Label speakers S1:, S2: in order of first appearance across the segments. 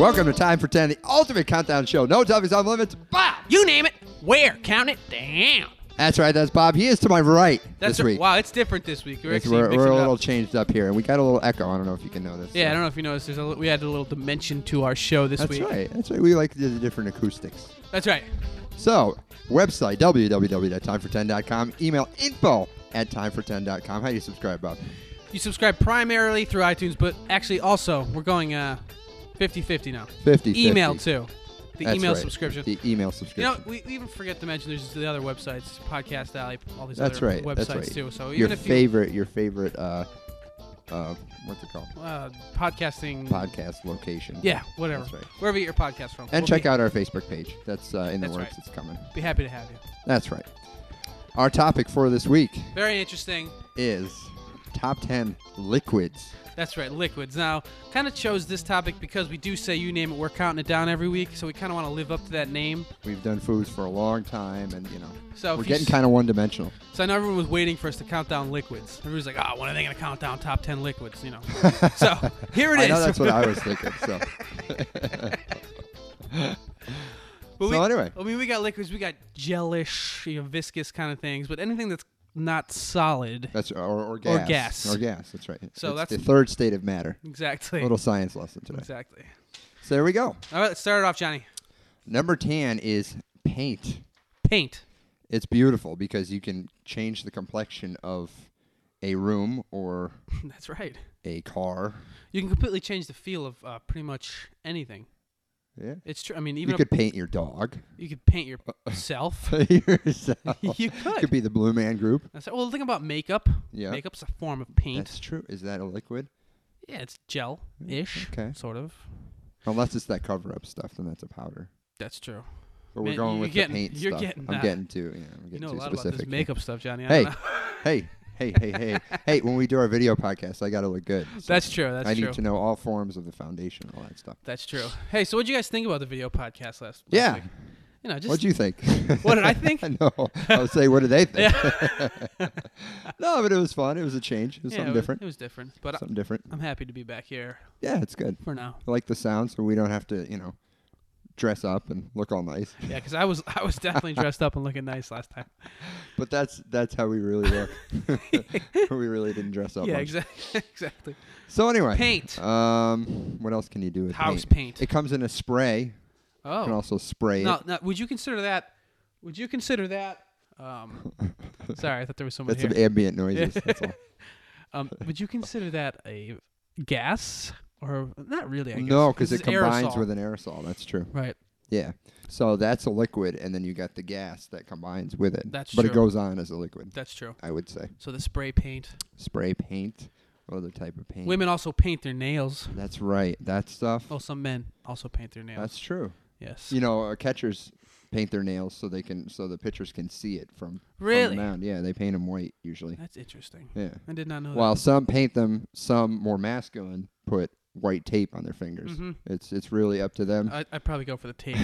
S1: Welcome to Time for 10, the ultimate countdown show. No topics on limits. Bob!
S2: You name it. Where? Count it down.
S1: That's right, that's Bob. He is to my right
S2: That's
S1: this
S2: a-
S1: week.
S2: wow. It's different this week. We're,
S1: It's-
S2: actually
S1: we're
S2: mixing
S1: we're a
S2: it up.
S1: little changed up here, and we got a little echo. I don't know if you can know this.
S2: Yeah, I don't know if you noticed. There's a, li- we added a little dimension to our show this
S1: That's
S2: week.
S1: right. That's right. We like the different acoustics.
S2: That's right.
S1: So, website, www.timefor10.com. Email, info at timefor10.com. How do you subscribe, Bob?
S2: You subscribe primarily through iTunes, but actually also we're going uh 50-50 now.
S1: 50/50.
S2: Email too. The
S1: That's
S2: email
S1: right.
S2: subscription.
S1: The email
S2: you
S1: subscription.
S2: know, we, we even forget to mention there's the other websites, Podcast Alley, all these
S1: that's
S2: other
S1: right.
S2: websites
S1: That's right.
S2: too. So
S1: your
S2: even if
S1: favorite, your favorite, uh, uh, what's it called?
S2: you uh, podcasting,
S1: Podcast location.
S2: yeah, whatever,
S1: That's right.
S2: wherever you get your podcast from,
S1: And
S2: we'll
S1: check
S2: be,
S1: out our Facebook page. That's uh, in the
S2: That's
S1: works.
S2: right.
S1: It's coming.
S2: Be happy to have you.
S1: That's right. Our topic for this week
S2: Very interesting.
S1: is top 10 liquids.
S2: That's right, liquids. Now, kind of chose this topic because we do say you name it, we're counting it down every week, so we kind of want to live up to that name.
S1: We've done foods for a long time, and you know,
S2: So if
S1: we're
S2: you
S1: getting
S2: s-
S1: kind of one dimensional.
S2: So I know everyone was waiting for us to count down liquids. Everyone's like, "Oh, when are they gonna count down top ten liquids?" You know. so here it is.
S1: I know that's what I was thinking. So,
S2: But
S1: So anyway.
S2: I mean, we got liquids, we got gelish, you know, viscous kind of things, but anything that's not solid.
S1: that's or, or gas.
S2: gas.
S1: Or gas. That's right.
S2: So
S1: It's
S2: that's-
S1: the third state of matter.
S2: exactly.
S1: Little science lesson today.
S2: Exactly.
S1: So there we go.
S2: All right, let's start it off, Johnny.
S1: Number ten is paint.
S2: Paint.
S1: It's beautiful because you can change the complexion of a room or
S2: That's right.
S1: a car.
S2: You can completely change the feel of uh, pretty much anything.
S1: Yeah.
S2: It's true. I mean,
S1: You
S2: even a-
S1: could Uh, paint your dog.
S2: you could paint yourself.
S1: yourself.
S2: You could.
S1: be the Blue Man Group.
S2: That's right. Well, the thing about makeup,
S1: Yeah.
S2: makeup's a form of paint.
S1: That's true. Is that a liquid?
S2: yeah, it's gel ish,
S1: Mm, Okay.
S2: sort of.
S1: Unless it's that cover-up stuff, then that's a powder.
S2: That's true.
S1: But we're
S2: Man,
S1: going
S2: you're
S1: with
S2: getting-
S1: the paint
S2: you're
S1: stuff.
S2: getting,
S1: I'm
S2: uh,
S1: getting too. Yeah, I'm getting
S2: You know a
S1: too
S2: lot
S1: specific.
S2: about this makeup stuff, Johnny. I
S1: Hey,
S2: don't know.
S1: hey, hey, hey, hey, hey! When we do our video podcast, I got to look good. So
S2: That's true, that's
S1: I
S2: true.
S1: need to know all forms of the foundation, all that stuff.
S2: That's true. Hey, so what'd you guys think about the video podcast last? last
S1: Yeah.
S2: week? You know, just
S1: What'd you think?
S2: What did I think?
S1: no, I would say, what did they think? no, but it was fun. It was a change. It was
S2: yeah,
S1: something
S2: it was-
S1: different.
S2: It was different, but
S1: something different.
S2: I, am happy to be back here
S1: Yeah, it's good.
S2: for now.
S1: I like the sound, so we don't have to, you know, dress up and look all nice.
S2: Yeah, because I was I was definitely dressed up and looking nice last time.
S1: But that's that's how we really look. we really didn't dress up.
S2: yeah,
S1: much.
S2: exactly. exactly.
S1: So anyway,
S2: Paint.
S1: Um, what else can you do with
S2: House paint.
S1: It comes in a spray. You can
S2: Oh,
S1: also spray
S2: no,
S1: it.
S2: no. Would you consider that? Would you consider that? Um, sorry, I thought there was someone
S1: That's
S2: here.
S1: some ambient noises. That's all.
S2: Um, would you consider that a gas or not really? I guess.
S1: No, because it
S2: is
S1: combines
S2: aerosol.
S1: with an aerosol. That's true.
S2: Right.
S1: Yeah. So that's a liquid, and then you got the gas that combines with it.
S2: That's
S1: but it
S2: true.
S1: goes on as a liquid.
S2: That's true.
S1: I would say
S2: So the spray paint.
S1: spray paint, other type of paint.
S2: Women also paint their nails.
S1: That's right. That stuff.
S2: Oh, some men also paint their nails.
S1: That's true.
S2: yes.
S1: You know, uh, catchers paint their nails so they can so the pitchers can see it from from the
S2: Really?
S1: mound. Yeah, they paint them white usually.
S2: That's interesting.
S1: Yeah.
S2: I did not know
S1: While some paint them, some more masculine put white tape on their fingers.
S2: Mhm.
S1: It's it's really up to them.
S2: that. I, I'd probably go for the tape.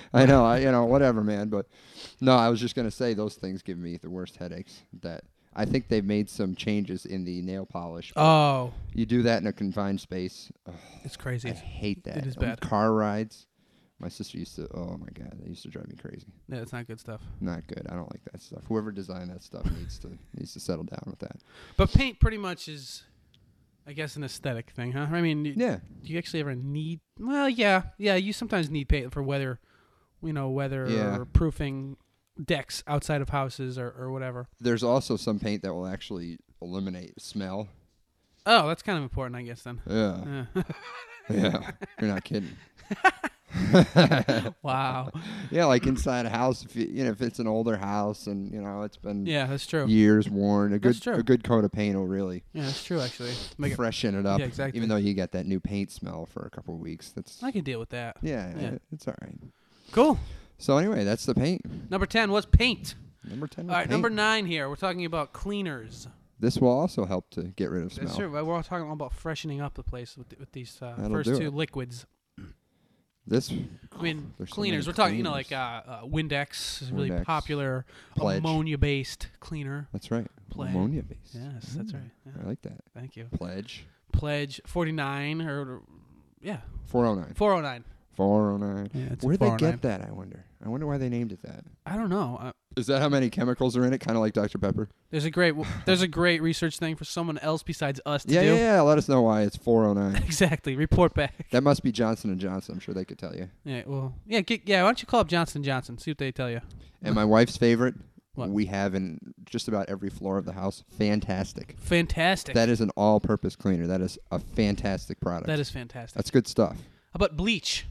S1: I know, I, you know, whatever, man. But no, I was just gonna say those things give me the worst headaches. That I think they've made some changes in the nail polish.
S2: oh,
S1: You do that in a confined space. Ugh,
S2: it's crazy.
S1: I hate that.
S2: is
S1: On
S2: bad.
S1: Car rides. My sister used to. Oh my god, that used to drive me crazy.
S2: Yeah, it's not good stuff.
S1: Not good. I don't like that stuff. Whoever designed that stuff needs to needs to settle down with that.
S2: But paint pretty much is, I guess, an aesthetic thing, huh? I mean, y-
S1: Yeah.
S2: do you actually ever need? Well, yeah, yeah. You sometimes need paint for weather, you know, weather
S1: Yeah.
S2: or proofing decks outside of houses or, or whatever.
S1: There's also some paint that will actually eliminate smell.
S2: Oh, that's kind of important, I guess. Then
S1: Yeah.
S2: Yeah.
S1: Yeah, you're not kidding.
S2: Wow.
S1: yeah, like inside a house, if you, you know, if it's an older house and you know it's been
S2: Yeah, that's true. Yeah,
S1: years worn, a
S2: That's
S1: good
S2: true.
S1: a good coat of paint will really
S2: that's true. Actually, Make it-
S1: freshen it up.
S2: Yeah, exactly.
S1: Even though you got that new paint smell for a couple of weeks, that's
S2: I can deal with that.
S1: yeah,
S2: yeah.
S1: it's all right.
S2: Cool.
S1: So anyway, that's the paint.
S2: Number ten was paint.
S1: Number ten.
S2: All
S1: was
S2: right,
S1: paint.
S2: number nine here. We're talking about cleaners.
S1: This will also help to get rid of smell.
S2: That's true. but We're all talking all about freshening up the place with, with these uh,
S1: That'll
S2: first
S1: do
S2: two
S1: it.
S2: liquids.
S1: This
S2: I mean,
S1: There's so
S2: cleaners.
S1: many
S2: We're talking, you know, like
S1: cleaners.
S2: uh, uh, Windex is a really
S1: Windex.
S2: popular
S1: Pledge.
S2: ammonia-based cleaner.
S1: that's right.
S2: Pledge.
S1: Ammonia base. Mm.
S2: Yes, that's right. Yeah,
S1: I like that.
S2: thank you.
S1: Pledge.
S2: Pledge 49 or yeah,
S1: Four oh nine.
S2: 409.
S1: Four oh nine.
S2: Yeah, it's a
S1: Where would they
S2: 409.
S1: get that? I wonder. I wonder why they named it that.
S2: I don't know. Uh,
S1: Is that how many chemicals are in it? Kind of like Dr Pepper.
S2: there's a great there's a great research thing for someone else besides us to
S1: Yeah,
S2: do.
S1: yeah, yeah. Let us know why it's four oh nine.
S2: Exactly. Report back.
S1: That must be Johnson and Johnson. I'm sure they could tell you.
S2: Yeah. Well. Yeah. Get, yeah. Why don't you call up Johnson Johnson? See what they tell you.
S1: And my wife's favorite.
S2: What?
S1: We have in just about every floor of the house. Fantastic.
S2: Fantastic.
S1: That is an all-purpose cleaner. That is a fantastic product.
S2: that is fantastic.
S1: That's good stuff.
S2: How about bleach?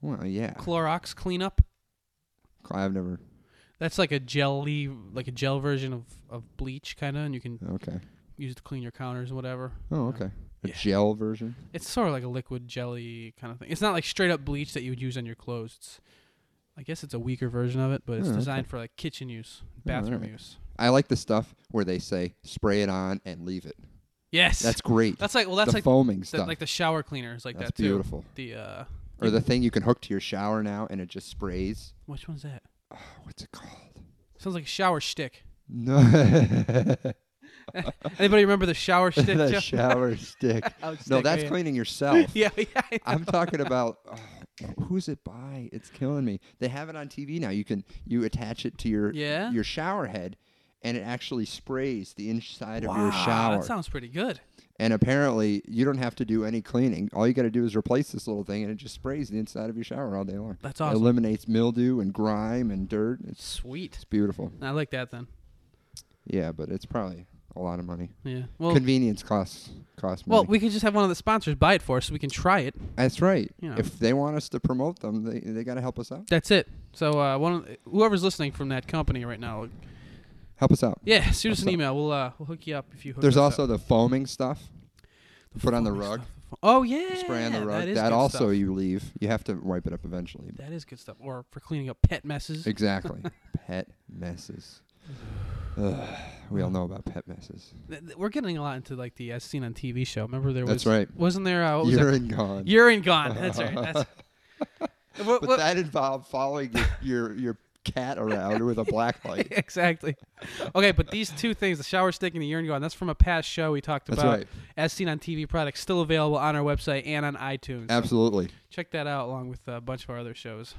S1: Well, yeah.
S2: Clorox cleanup.
S1: I've never.
S2: That's like a jelly, like a gel version of, of bleach, kind of, and you can
S1: Okay.
S2: use it to clean your counters and whatever.
S1: Oh, okay. A
S2: Yeah.
S1: gel version.
S2: It's sort of like a liquid jelly kind of thing. It's not like straight up bleach that you would use on your clothes. It's, I guess it's a weaker version of it, but it's
S1: Oh, okay. Oh,
S2: designed for like kitchen use, bathroom
S1: Alright.
S2: use.
S1: I like the stuff where they say spray it on and leave it.
S2: Yes,
S1: That's great.
S2: that's like well, that's
S1: the
S2: like
S1: foaming
S2: the,
S1: stuff.
S2: like the shower cleaners like
S1: That's
S2: that too.
S1: beautiful.
S2: The uh,
S1: or the thing you can hook to your shower now and it just sprays.
S2: which one's that?
S1: Oh, what's it called?
S2: Sounds like a shower stick.
S1: No.
S2: Anybody remember the shower stick?
S1: the
S2: Joe?
S1: shower stick.
S2: Oh,
S1: No,
S2: stick,
S1: that's
S2: yeah.
S1: cleaning yourself.
S2: Yeah, yeah. I know.
S1: I'm talking about oh, who's it by? It's killing me. They have it on TV now. You can you attach it to your
S2: Yeah?
S1: your shower head, and it actually sprays the inside of
S2: Wow,
S1: your shower.
S2: That sounds pretty good.
S1: and apparently, you don't have to do any cleaning. All you got to do is replace this little thing, and it just sprays the inside of your shower all day long.
S2: That's
S1: It
S2: awesome.
S1: eliminates mildew and grime and dirt. It's
S2: Sweet.
S1: it's beautiful.
S2: I like that then.
S1: Yeah, but it's probably a lot of money.
S2: Yeah. Well,
S1: Convenience costs costs money.
S2: well, we could just have one of the sponsors buy it for us so we can try it.
S1: That's right.
S2: Yeah.
S1: If they want us to promote them, they they got to help us out.
S2: That's it. So uh, one of, whoever's listening from that company right now,
S1: Help us out.
S2: yeah, shoot us an
S1: Awesome.
S2: email. We'll uh, we'll hook you up if you. Hook
S1: There's
S2: us
S1: also
S2: up.
S1: the foaming stuff. put on the
S2: Foamy
S1: rug.
S2: stuff. Fo- Oh yeah.
S1: Spray on the rug.
S2: That, is
S1: That,
S2: good
S1: also
S2: stuff.
S1: you leave. You have to wipe it up eventually.
S2: That is good stuff. Or for cleaning up pet messes.
S1: Exactly. pet messes. Ugh, we all know about pet messes.
S2: Th- th- We're getting a lot into like the as seen on TV show. Remember there was.
S1: That's right.
S2: Wasn't there? Uh, what was that?
S1: Urine gone.
S2: Urine gone. That's right. That's. What-
S1: but
S2: what-
S1: that involved following your, your your cat around with a black light.
S2: exactly. Okay, but these two things, the shower stick and the urine gone, that's from a past show we talked
S1: That's
S2: about.
S1: right.
S2: As seen on TV products, still available on our website and on iTunes.
S1: Absolutely.
S2: Check that out along with a bunch of our other shows.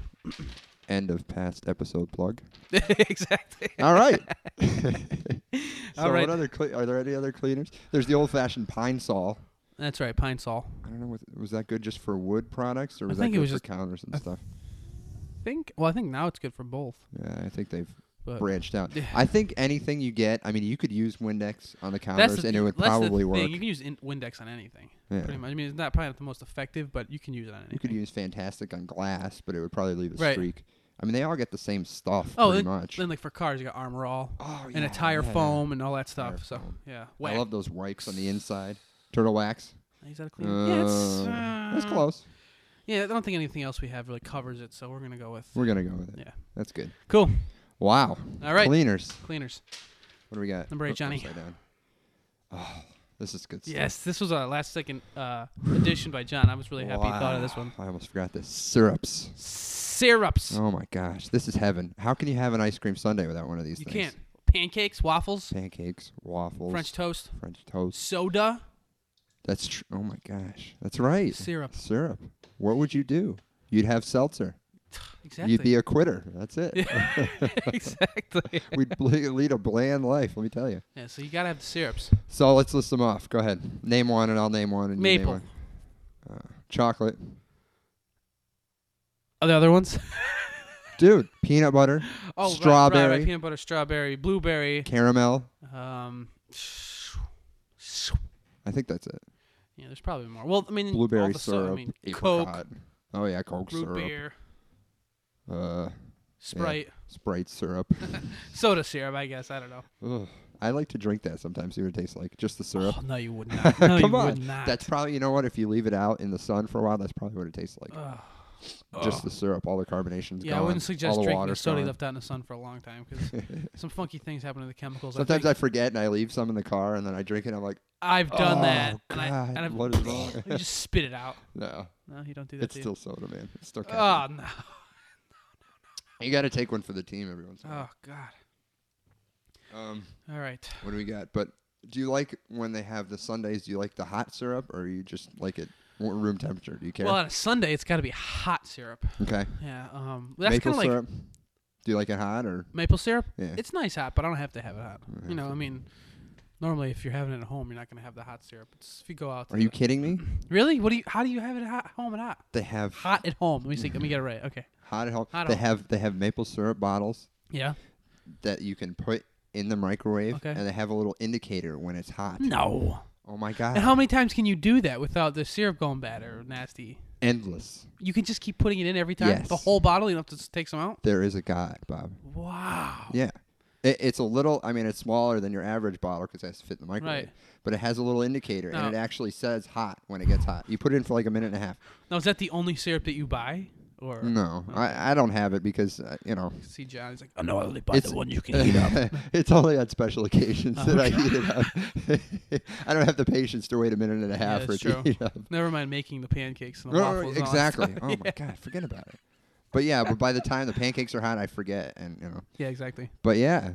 S1: End of past episode plug.
S2: exactly.
S1: All right. so
S2: All right.
S1: what other cle- are there any other cleaners? There's the old fashioned pine saw.
S2: That's right, Pine Sol.
S1: I don't know. What, was that good just for wood products, or was
S2: think
S1: that good
S2: it was
S1: for
S2: just-
S1: counters and
S2: I-
S1: stuff?
S2: Think well, I think now it's good for both.
S1: Yeah, I think they've
S2: But
S1: branched out.
S2: Yeah.
S1: I think anything you get. I mean, you could use Windex on the counters,
S2: that's the,
S1: and it
S2: thing-
S1: would
S2: that's the
S1: probably
S2: thing.
S1: work.
S2: You can use in- Windex on anything.
S1: Yeah.
S2: Pretty much. I mean, it's not probably not the most effective, but you can use it on anything.
S1: You could use Fantastic on glass, but it would probably leave a
S2: Right.
S1: streak. I mean, they all get the same stuff
S2: oh,
S1: pretty
S2: then,
S1: much.
S2: then like for cars, you got Armor All
S1: oh,
S2: and a
S1: yeah,
S2: tire
S1: yeah.
S2: foam and all that stuff.
S1: Tire
S2: so
S1: foam.
S2: yeah,
S1: I
S2: Whack.
S1: love those wipes on the inside. Turtle wax.
S2: Is that a clean? yeah, it's,
S1: Uh, that's
S2: uh,
S1: close.
S2: Yeah, I don't think anything else we have really covers it, so we're gonna go with
S1: We're gonna go with it.
S2: Yeah.
S1: That's good.
S2: cool
S1: Wow.
S2: All right.
S1: Cleaners.
S2: cleaners.
S1: What do we got?
S2: Number eight,
S1: Oops,
S2: Johnny.
S1: upside down. Oh, this is good stuff.
S2: Yes, this was a last second uh, addition by John. I was really happy he thought of this
S1: Wow.
S2: one.
S1: I almost forgot this. Syrups.
S2: Syrups.
S1: Oh my gosh, this is heaven. How can you have an ice cream sundae without one of these
S2: you
S1: things?
S2: can't. Pancakes, waffles,
S1: Pancakes, waffles,
S2: French toast,
S1: French toast.
S2: soda.
S1: That's tr- oh my gosh, that's right.
S2: Syrup.
S1: Syrup. What would you do? You'd have seltzer.
S2: Exactly.
S1: You'd be a quitter. That's it.
S2: exactly.
S1: We'd bl- lead a bland life. Let me tell you.
S2: Yeah, so you gotta have the syrups.
S1: So let's list them off. Go ahead. Name one, and I'll name one. And you name
S2: Maple.
S1: one. Uh, Chocolate.
S2: Are there other ones?
S1: Dude, peanut butter,
S2: Oh, right, right, Right,
S1: Strawberry.
S2: peanut butter, strawberry, blueberry.
S1: caramel.
S2: Um,
S1: I think that's it.
S2: yeah, there's probably more. Well, I mean, all
S1: Blueberry
S2: Mm, the so-
S1: syrup,
S2: I mean, Coke,
S1: apricot. Oh yeah, Coke
S2: root
S1: syrup.
S2: beer,
S1: Uh,
S2: Sprite,
S1: Sprite syrup.
S2: soda syrup. I guess I don't know.
S1: Ugh. I like to drink that sometimes. See what it tastes like. Just the syrup.
S2: Oh, no, you would not. No,
S1: Come
S2: you
S1: on.
S2: would not.
S1: That's probably you know what. If you leave it out in the sun for a while, that's probably what it tastes like.
S2: Ugh.
S1: Just the syrup. All the carbonation's
S2: yeah,
S1: gone.
S2: I wouldn't
S1: all
S2: suggest
S1: the
S2: drinking the
S1: water's
S2: soda
S1: gone.
S2: left out in the sun for a long time because some funky things happen to the chemicals.
S1: Sometimes
S2: I
S1: I forget and I leave some in the car and then I drink it. and I'm like,
S2: have done
S1: Oh,
S2: that, and I
S1: God,
S2: and I've,
S1: what is wrong?
S2: you just spit it out.
S1: no,
S2: No, you don't do that.
S1: it's
S2: do you?
S1: still soda, man. It's still.
S2: Oh
S1: caffeine.
S2: no!
S1: You got to take one for the team every once in a while.
S2: Oh god!
S1: Um,
S2: All right.
S1: what do we got? But do you like when they have the Sundays? Do you like the hot syrup or you just like it w- room temperature? Do you care?
S2: Well, on a Sunday, it's got to be hot syrup.
S1: okay.
S2: Yeah. Um. That's
S1: Maple
S2: kind of like
S1: syrup. Do you like it hot or?
S2: maple syrup.
S1: Yeah.
S2: It's nice hot, but I don't have to have it hot. You know, I mean, normally if you're having it at home, you're not gonna have the hot syrup. It's if you go out. to
S1: Are you
S2: the-
S1: kidding me?
S2: really? What do you? How do you have it at hot, home and hot?
S1: They have hot,
S2: Hot at home. Let me see. Let me get it right. Okay.
S1: at home.
S2: Hot at
S1: they
S2: home.
S1: have they have maple syrup bottles
S2: Yeah.
S1: that you can put in the microwave,
S2: Okay.
S1: and they have a little indicator when it's hot.
S2: No.
S1: Oh my god!
S2: And how many times can you do that without the syrup going bad or nasty?
S1: Endless.
S2: You can just keep putting it in every time.
S1: Yes.
S2: The whole bottle. You don't have to s- take some out.
S1: There is a god, Bob.
S2: Wow.
S1: Yeah. It, it's a little. I mean, it's smaller than your average bottle because it has to fit in the microwave.
S2: Right. Oh.
S1: But it has a little indicator,
S2: No.
S1: and it actually says hot when it gets hot. You put it in for like a minute and a half.
S2: Now is that the only syrup that you buy? Or
S1: No, I, I don't have it because uh, you know
S2: see John. He's like, oh no, I only buy
S1: It's-
S2: the one you can heat up. Oh,
S1: it's only on special occasions that I heat it up. I don't have the patience to wait a minute and a half
S2: Yeah,
S1: for it
S2: it's
S1: to
S2: true.
S1: heat up.
S2: Never mind making the pancakes and the
S1: No, no, no,
S2: waffles. and all that
S1: exactly.
S2: stuff.
S1: Oh my god, forget about it. But yeah, but by the time the pancakes are hot, I forget, and you know.
S2: Yeah, exactly.
S1: But yeah,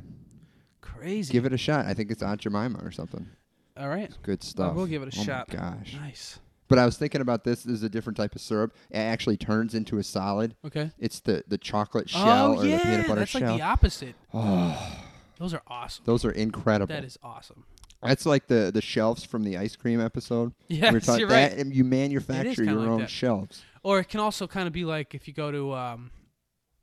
S2: Crazy.
S1: give it a shot. I think it's Aunt Jemima or something.
S2: all right.
S1: Good stuff.
S2: will give it a
S1: oh
S2: shot.
S1: My gosh.
S2: Nice.
S1: But I was thinking about this. This is a different type of syrup. It actually turns into a solid.
S2: Okay.
S1: It's the the chocolate shell
S2: oh
S1: or
S2: yeah,
S1: the peanut butter
S2: that's
S1: shell.
S2: like the opposite.
S1: oh,
S2: Those are awesome.
S1: those are incredible.
S2: That is awesome.
S1: That's like the the shelves from the ice cream episode.
S2: Yes,
S1: were talking-
S2: you're right.
S1: that- and you manufacture
S2: kinda
S1: your
S2: like
S1: own
S2: that.
S1: shelves.
S2: Or it can also kind of be like if you go to, um,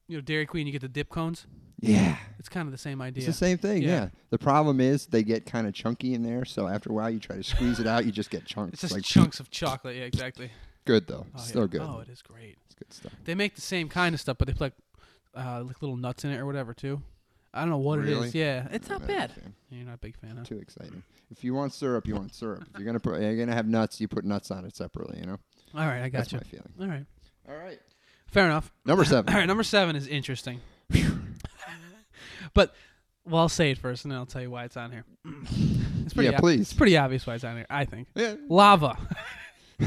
S2: you know, Dairy Queen, you get the dip cones.
S1: Yeah.
S2: It's kind of the same idea.
S1: It's the same thing, yeah.
S2: Yeah.
S1: The problem is they get kind of chunky in there, so after a while you try to squeeze it out, you just get chunks.
S2: It's just
S1: like,
S2: chunks of chocolate. Yeah, exactly.
S1: Good though,
S2: Oh,
S1: still
S2: yeah.
S1: good.
S2: Oh, it is great.
S1: It's good stuff.
S2: They make the same kind of stuff, but they put like, uh, like little nuts in it or whatever too. I don't know what it
S1: Really?
S2: is. Yeah, it's
S1: I'm
S2: not
S1: not a
S2: bad.
S1: fan.
S2: You're not a big fan, huh?
S1: Too exciting. If you want syrup, you want syrup. If you're gonna put, you're gonna have nuts, you put nuts on it separately. You know,
S2: All right, I
S1: that's
S2: got
S1: my
S2: you.
S1: feeling.
S2: All right,
S1: All right,
S2: fair enough.
S1: number
S2: All
S1: seven.
S2: right, number seven is interesting. but well, I'll say it first, and then I'll tell you why it's on here. It's pretty
S1: Yeah,
S2: ob-
S1: please.
S2: It's pretty obvious why it's on here, I think.
S1: Yeah.
S2: Lava.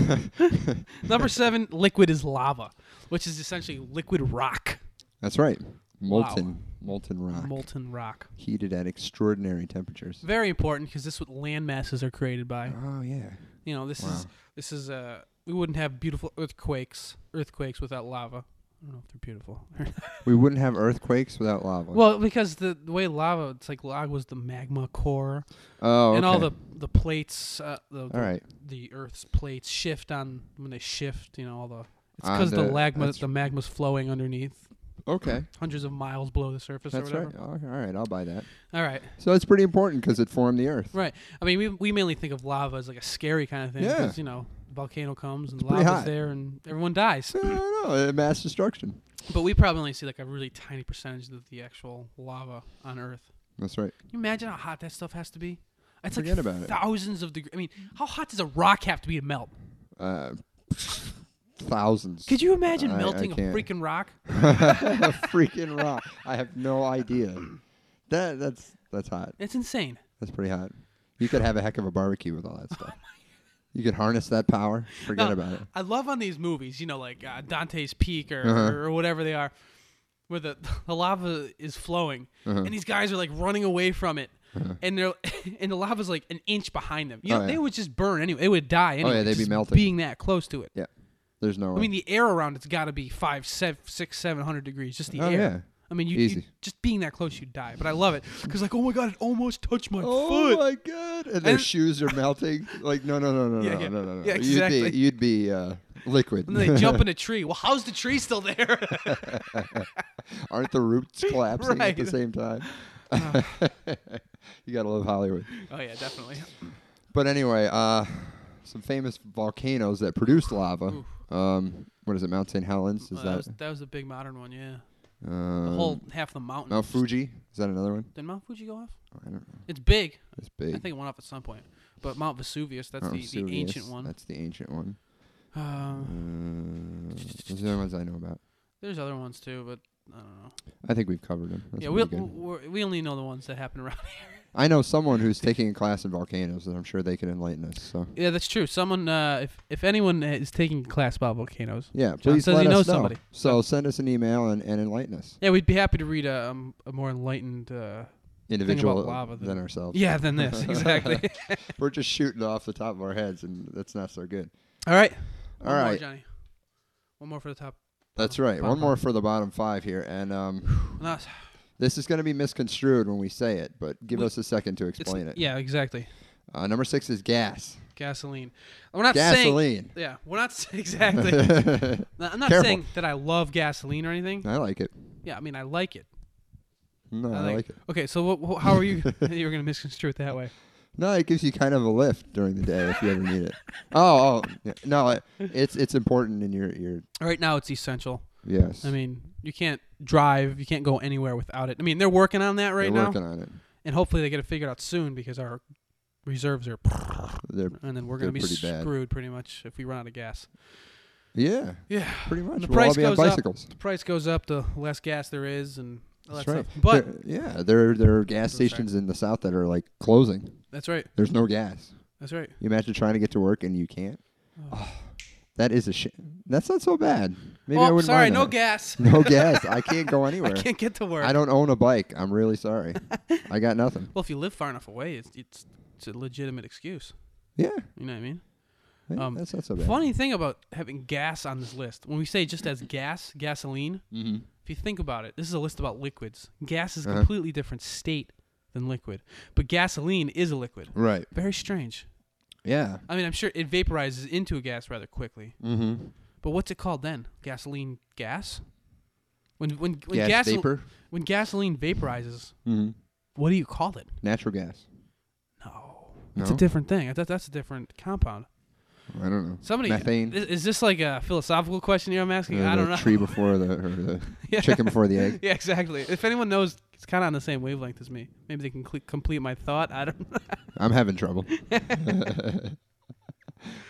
S2: number seven, liquid is lava, which is essentially liquid rock,
S1: That's right. Molten, molten rock,
S2: molten rock.
S1: heated at extraordinary temperatures.
S2: Very important because this is what land masses are created by.
S1: Oh yeah.
S2: You know, this is
S1: Wow.
S2: this is uh we wouldn't have beautiful earthquakes earthquakes without lava. I don't know if they're beautiful.
S1: We wouldn't have earthquakes without lava.
S2: well, because the, the way lava, it's like lava was the magma core,
S1: oh,
S2: and all
S1: okay.
S2: the the plates, uh, the, the
S1: All right.
S2: the Earth's plates shift on when they shift. You know, all the it's
S1: On
S2: because the,
S1: Ah, the-
S2: magma
S1: that's-
S2: the magma's flowing underneath,
S1: Okay.
S2: hundreds of miles below the surface
S1: That's
S2: or whatever.
S1: right. Oh, all right, I'll buy that.
S2: All right,
S1: So it's pretty important because it formed the Earth.
S2: right. I mean, we we mainly think of lava as like a scary kind of thing
S1: Yeah.
S2: because you know. the Volcano comes and
S1: pretty
S2: lava's
S1: hot.
S2: there and everyone dies,
S1: I don't know. uh, Mass destruction.
S2: but we probably only see like a really tiny percentage of the actual lava on Earth.
S1: That's right.
S2: Can you imagine how hot that stuff has to be? It's
S1: Forget
S2: like
S1: about it.
S2: thousands of degrees. I mean, how hot does a rock have to be to melt?
S1: Uh, thousands.
S2: Could you imagine
S1: I- I
S2: melting a
S1: can't.
S2: freaking rock?
S1: a freaking rock? I have no idea. That that's that's hot.
S2: It's insane.
S1: That's pretty hot. You could have a heck of a barbecue with all that stuff. You could harness that power. Forget
S2: Oh No,
S1: about it.
S2: I love on these movies, you know, like uh, Dante's Peak or,
S1: Uh-huh.
S2: or whatever they are, where the, the lava is flowing
S1: Uh-huh.
S2: and these guys are like running away from it. And they're and the lava's like an inch behind them. You
S1: Oh,
S2: know,
S1: yeah. Oh,
S2: they would just burn anyway. They would die anyway.
S1: yeah, they'd be
S2: just
S1: melting.
S2: Being that close to it.
S1: Yeah. There's no way.
S2: I mean, the air around it's got to be five, sev- six, seven hundred degrees. Just the
S1: Oh,
S2: air.
S1: yeah.
S2: I mean, you, you
S1: Easy.
S2: just being that close, you die. But I love it because like, oh my god, it almost touched my
S1: Oh
S2: foot.
S1: my god! And their
S2: And-
S1: shoes are melting. Like no, no, no, no,
S2: Yeah,
S1: no,
S2: yeah.
S1: no, no, no.
S2: Yeah, exactly.
S1: You'd be, you'd be uh, liquid.
S2: and then they jump in a tree. Well, how's the tree still there?
S1: Aren't the roots collapsing at the
S2: Right.
S1: same time? you gotta love Hollywood.
S2: oh yeah, definitely.
S1: But anyway, uh, some famous volcanoes that produced lava Um, what is it? Mount St. Helens? Is
S2: Oh,
S1: that
S2: was, that was a big modern one, yeah.
S1: um,
S2: The whole half the mountain.
S1: Mount Fuji? Is that another one?
S2: Did Mount Fuji go off?
S1: I don't know.
S2: It's big.
S1: It's big.
S2: I think it went off at some point. But Mount Vesuvius, that's
S1: Mount
S2: the, the
S1: Vesuvius,
S2: ancient one.
S1: That's the ancient one.
S2: Um,
S1: Uh, those are the only ones I know about.
S2: there's other ones too, but I don't know.
S1: I think we've covered them. That's
S2: yeah, we
S1: pretty good.
S2: we we only know the ones that happen around
S1: I know someone who's taking a class in volcanoes, and I'm sure they can enlighten us. So
S2: here. Yeah, that's true. Someone, uh, if if anyone is taking a class about volcanoes,
S1: yeah,
S2: John
S1: please
S2: says
S1: let
S2: he
S1: us
S2: knows
S1: know.
S2: somebody.
S1: So send us an email and, and enlighten us.
S2: yeah, we'd be happy to read a um, a more enlightened. Uh,
S1: Individual
S2: lava
S1: than
S2: then-
S1: ourselves.
S2: yeah, than this exactly.
S1: We're just shooting off the top of our heads, and that's not so good.
S2: All right.
S1: All
S2: One more,
S1: right.
S2: Johnny. One more for the top.
S1: That's right.
S2: Pop
S1: One
S2: up.
S1: more for the bottom five here, and um,
S2: No, it's-
S1: this is going to be misconstrued when we say it, but give
S2: We-
S1: us a second to
S2: it's-
S1: explain it.
S2: Yeah, exactly.
S1: Uh, number six is gas,
S2: Gasoline. We're not saying.
S1: gasoline.
S2: Yeah, we're not s- exactly.
S1: I
S2: No, I'm not
S1: Careful.
S2: saying that I love gasoline or anything.
S1: like it.
S2: Yeah, I mean I like it.
S1: No, I like it.
S2: Okay, so what, wha how are you? you were gonna misconstrue it that way.
S1: No, it gives you kind of a lift during the day if you ever need it. Oh, oh yeah. no, it, it's it's important in your your
S2: Right now it's essential.
S1: yes.
S2: I mean you can't drive, you can't go anywhere without it. I mean they're working on that right
S1: they're
S2: now,
S1: working on it.
S2: and hopefully they get it figured out soon because our reserves are,
S1: They're
S2: and then we're gonna
S1: They're
S2: be
S1: pretty bad.
S2: screwed pretty much if we run out of gas.
S1: yeah,
S2: Yeah,
S1: pretty much.
S2: the
S1: we'll all
S2: price
S1: be on
S2: goes up.
S1: bicycles.
S2: the price goes up, the less gas there is, and all
S1: That's
S2: that
S1: right.
S2: stuff. But
S1: There- yeah, there there are gas
S2: I'm sorry.
S1: stations in the south that are like closing.
S2: that's right.
S1: There's no gas.
S2: That's right.
S1: You imagine trying to get to work and you can't. Oh, that is a shit. That's not so bad. Maybe I
S2: oh,
S1: wouldn't
S2: sorry,
S1: mind
S2: no
S1: that.
S2: gas.
S1: No gas. I can't go
S2: I
S1: anywhere.
S2: can't get to work.
S1: I don't own a bike. I'm really sorry. I got nothing.
S2: Well, if you live far enough away, it's it's, it's a legitimate excuse.
S1: Yeah,
S2: You know what I mean?
S1: yeah,
S2: Um,
S1: that's not so bad.
S2: Funny thing about having gas on this list, when we say just as gas, gasoline,
S1: Mm-hmm.
S2: if you think about it, this is a list about liquids. Gas is a
S1: Uh-huh.
S2: completely different state than liquid, but gasoline is a liquid.
S1: Right.
S2: Very strange.
S1: Yeah.
S2: I mean, I'm sure it vaporizes into a gas rather quickly,
S1: Mm-hmm.
S2: but what's it called then? Gasoline gas? When when when
S1: Gas
S2: gasol-
S1: vapor.
S2: when gasoline vaporizes,
S1: Mm-hmm.
S2: what do you call it?
S1: Natural gas.
S2: No. It's a
S1: No?
S2: different thing. I thought that's a different compound.
S1: I don't know.
S2: Somebody
S1: Methane.
S2: Is, is this like a philosophical question here I'm asking?
S1: Uh, the
S2: I don't know.
S1: Tree before the, or the
S2: Yeah.
S1: chicken before the egg.
S2: yeah, exactly. If anyone knows, it's kind of on the same wavelength as me. Maybe they can cle complete my thought. I don't.
S1: I'm having trouble.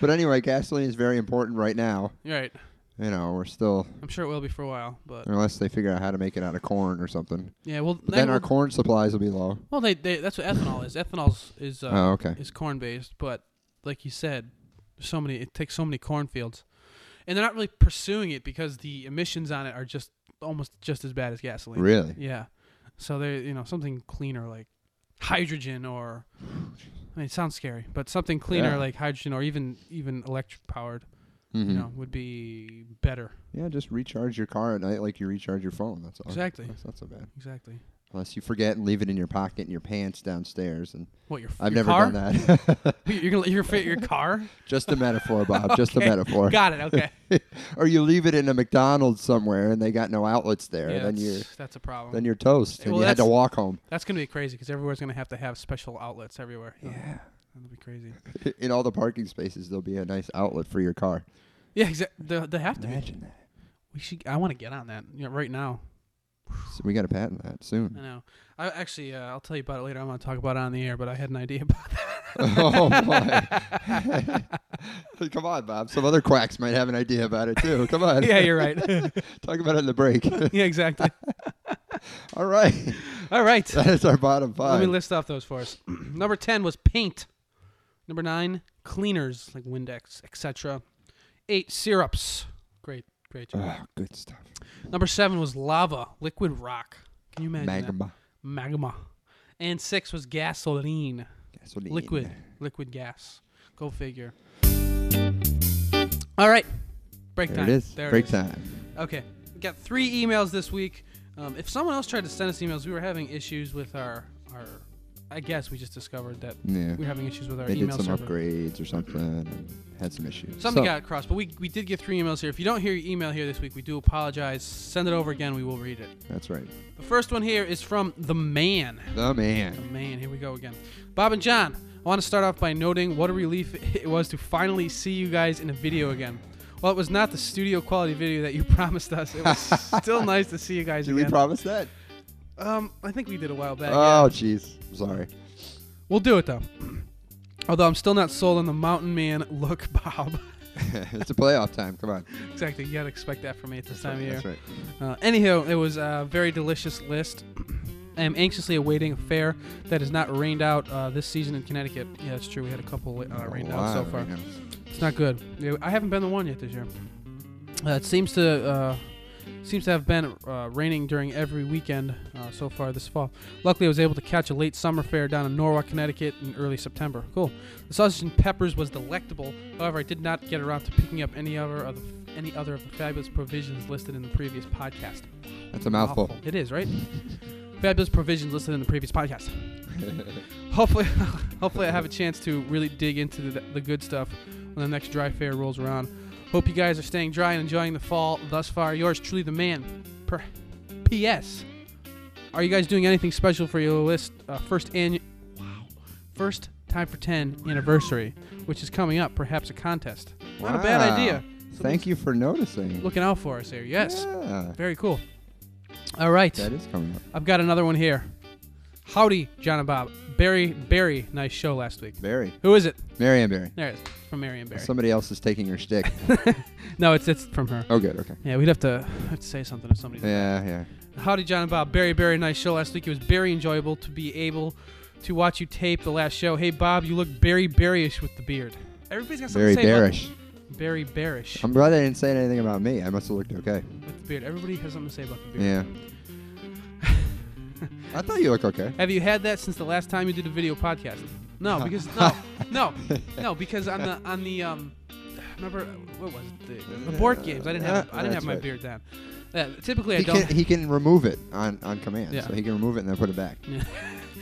S1: but anyway, gasoline is very important right now.
S2: You're right.
S1: You know, we're still
S2: I'm sure it will be for a while, but
S1: unless they figure out how to make it out of corn or something.
S2: yeah. Well,
S1: But then our
S2: we'll-
S1: corn supplies will be low.
S2: well, they, they that's what ethanol is. Ethanol is uh,
S1: Oh, okay.
S2: is corn based, but like you said, there's so many it takes so many cornfields, and they're not really pursuing it because the emissions on it are just almost just as bad as gasoline.
S1: Really?
S2: Yeah. So they you know something cleaner like hydrogen or I mean it sounds scary, but something cleaner
S1: Yeah.
S2: like hydrogen or even even electric powered,
S1: Mm-hmm.
S2: you know, would be better.
S1: Yeah, just recharge your car at night like you recharge your phone. That's all.
S2: Exactly.
S1: That's not so bad.
S2: Exactly.
S1: Unless you forget and leave it in your pocket in your pants downstairs. And
S2: What your
S1: I've
S2: your
S1: never
S2: car?
S1: done that.
S2: You're gonna you're gonna fit your car?
S1: just a metaphor, Bob. Just a
S2: Okay.
S1: metaphor.
S2: Got it. Okay.
S1: or you leave it in a McDonald's somewhere and they got no outlets there.
S2: yeah,
S1: then
S2: that's,
S1: you're
S2: that's a problem.
S1: then you're toast and
S2: Well,
S1: you had to
S2: that's-
S1: walk home.
S2: that's gonna be crazy because everywhere's gonna have to have special outlets everywhere. Yeah. That'll be crazy.
S1: In all the parking spaces, there'll be a nice outlet for your car.
S2: Yeah, exactly. They, they have to be.
S1: Imagine that.
S2: We should. I want to get on that you know, right now.
S1: So we got to patent that
S2: I
S1: soon.
S2: know. I actually, uh, I'll tell you about it later. I'm gonna talk about it on the air, but I had an idea about
S1: oh my! Come on, Bob. Some other quacks might have an idea about it too. Come on.
S2: yeah, you're right.
S1: Talk about it in the break.
S2: yeah, exactly.
S1: All right.
S2: All right.
S1: That is our bottom
S2: Let me
S1: five.
S2: list off those for us. Number 10 was paint. Number 9, cleaners like Windex, etc. 8, syrups. Great, great job.
S1: Ah, good stuff. Uh.
S2: Number 7 was lava, liquid rock. Can you imagine that?
S1: Magma.
S2: Magma. And 6 was gasoline,
S1: Gasoline.
S2: liquid, liquid gas. Go figure. All right. Break
S1: There
S2: time.
S1: it is.
S2: There
S1: break
S2: it is.
S1: time.
S2: Okay, we got three emails this week. Um, if someone else tried to send us emails, we were having issues with our our. I guess we just discovered that
S1: Yeah.
S2: we were having issues with our
S1: They did
S2: email
S1: some
S2: server.
S1: upgrades or something. And had some issues.
S2: Something
S1: So-
S2: got crossed, but we, we did get three emails here. If you don't hear your email here this week, we do apologize. Send it over again. We will read it.
S1: That's right.
S2: The first one here is from the man.
S1: The man.
S2: The man. Here we go again. Bob and John, I want to start off by noting what a relief it was to finally see you guys in a video again. Well, it was not the studio quality video that you promised us. It was still nice to see you guys
S1: Did we
S2: again.
S1: promise that?
S2: um, I think we did a while back. yeah.
S1: Oh, jeez. I'm Sorry.
S2: We'll do it though. Although I'm still not sold on the mountain man look, Bob.
S1: it's a playoff time. Come on.
S2: exactly, you gotta expect that from me at this time of year.
S1: That's right.
S2: Uh, anyhow, it was a very delicious list. I am anxiously awaiting a fair that is not rained out uh, this season in Connecticut. Yeah, it's true. We had a couple uh, rained
S1: A
S2: out so
S1: lot,
S2: far.
S1: you know.
S2: It's not good. Yeah, I haven't been the one yet this year. Uh, it seems to uh, seems to have been uh, raining during every weekend uh, so far this fall. Luckily, I was able to catch a late summer fair down in Norwalk, Connecticut, in early September. Cool. The sausage and peppers was delectable. However, I did not get around to picking up any other of the, any other of the fabulous provisions listed in the previous podcast.
S1: That's a mouthful.
S2: It is right. Fabulous provisions listed in the previous podcast. hopefully, hopefully I have a chance to really dig into the, the good stuff when the next dry fair rolls around. Hope you guys are staying dry and enjoying the fall thus far. Yours truly, the man. Per- P.S. Are you guys doing anything special for your list uh, first annual? Wow, first time for ten anniversary, which is coming up. Perhaps a contest. Not a bad
S1: Wow.
S2: idea. So
S1: Thank you for noticing.
S2: Looking out for us here. Yes.
S1: Yeah.
S2: Very cool. All right.
S1: That is coming up.
S2: I've got another one here. Howdy, John and Bob. Barry, Barry, nice show last week.
S1: Barry.
S2: Who is it?
S1: Mary and Barry.
S2: There it is. From Mary and Barry.
S1: Somebody else is taking your stick.
S2: No, it's it's from her.
S1: oh, good. Okay.
S2: Yeah, we'd have to, have to say something if somebody.
S1: Yeah, yeah.
S2: Howdy, John and Bob. Barry, Barry, nice show last week. It was very enjoyable to be able to watch you tape the last show. Hey, Bob, you look Barry Barryish with the beard. Everybody's got
S1: Very
S2: something to say about
S1: bearish. Um,
S2: Barry Barryish
S1: I'm glad I didn't say anything about me. I must have looked okay.
S2: with the beard. Everybody has something to say about the beard.
S1: Yeah. I thought you looked okay.
S2: Have you had that since the last time you did a video podcast? No, because no, no, no, because on the on the um, remember what was it? The, the board games. I didn't have I didn't
S1: That's
S2: have my
S1: right.
S2: beard then. Uh, typically, I
S1: He
S2: don't.
S1: can, he can remove it on, on command.
S2: Yeah.
S1: So he can remove it and then put it back.
S2: Yeah.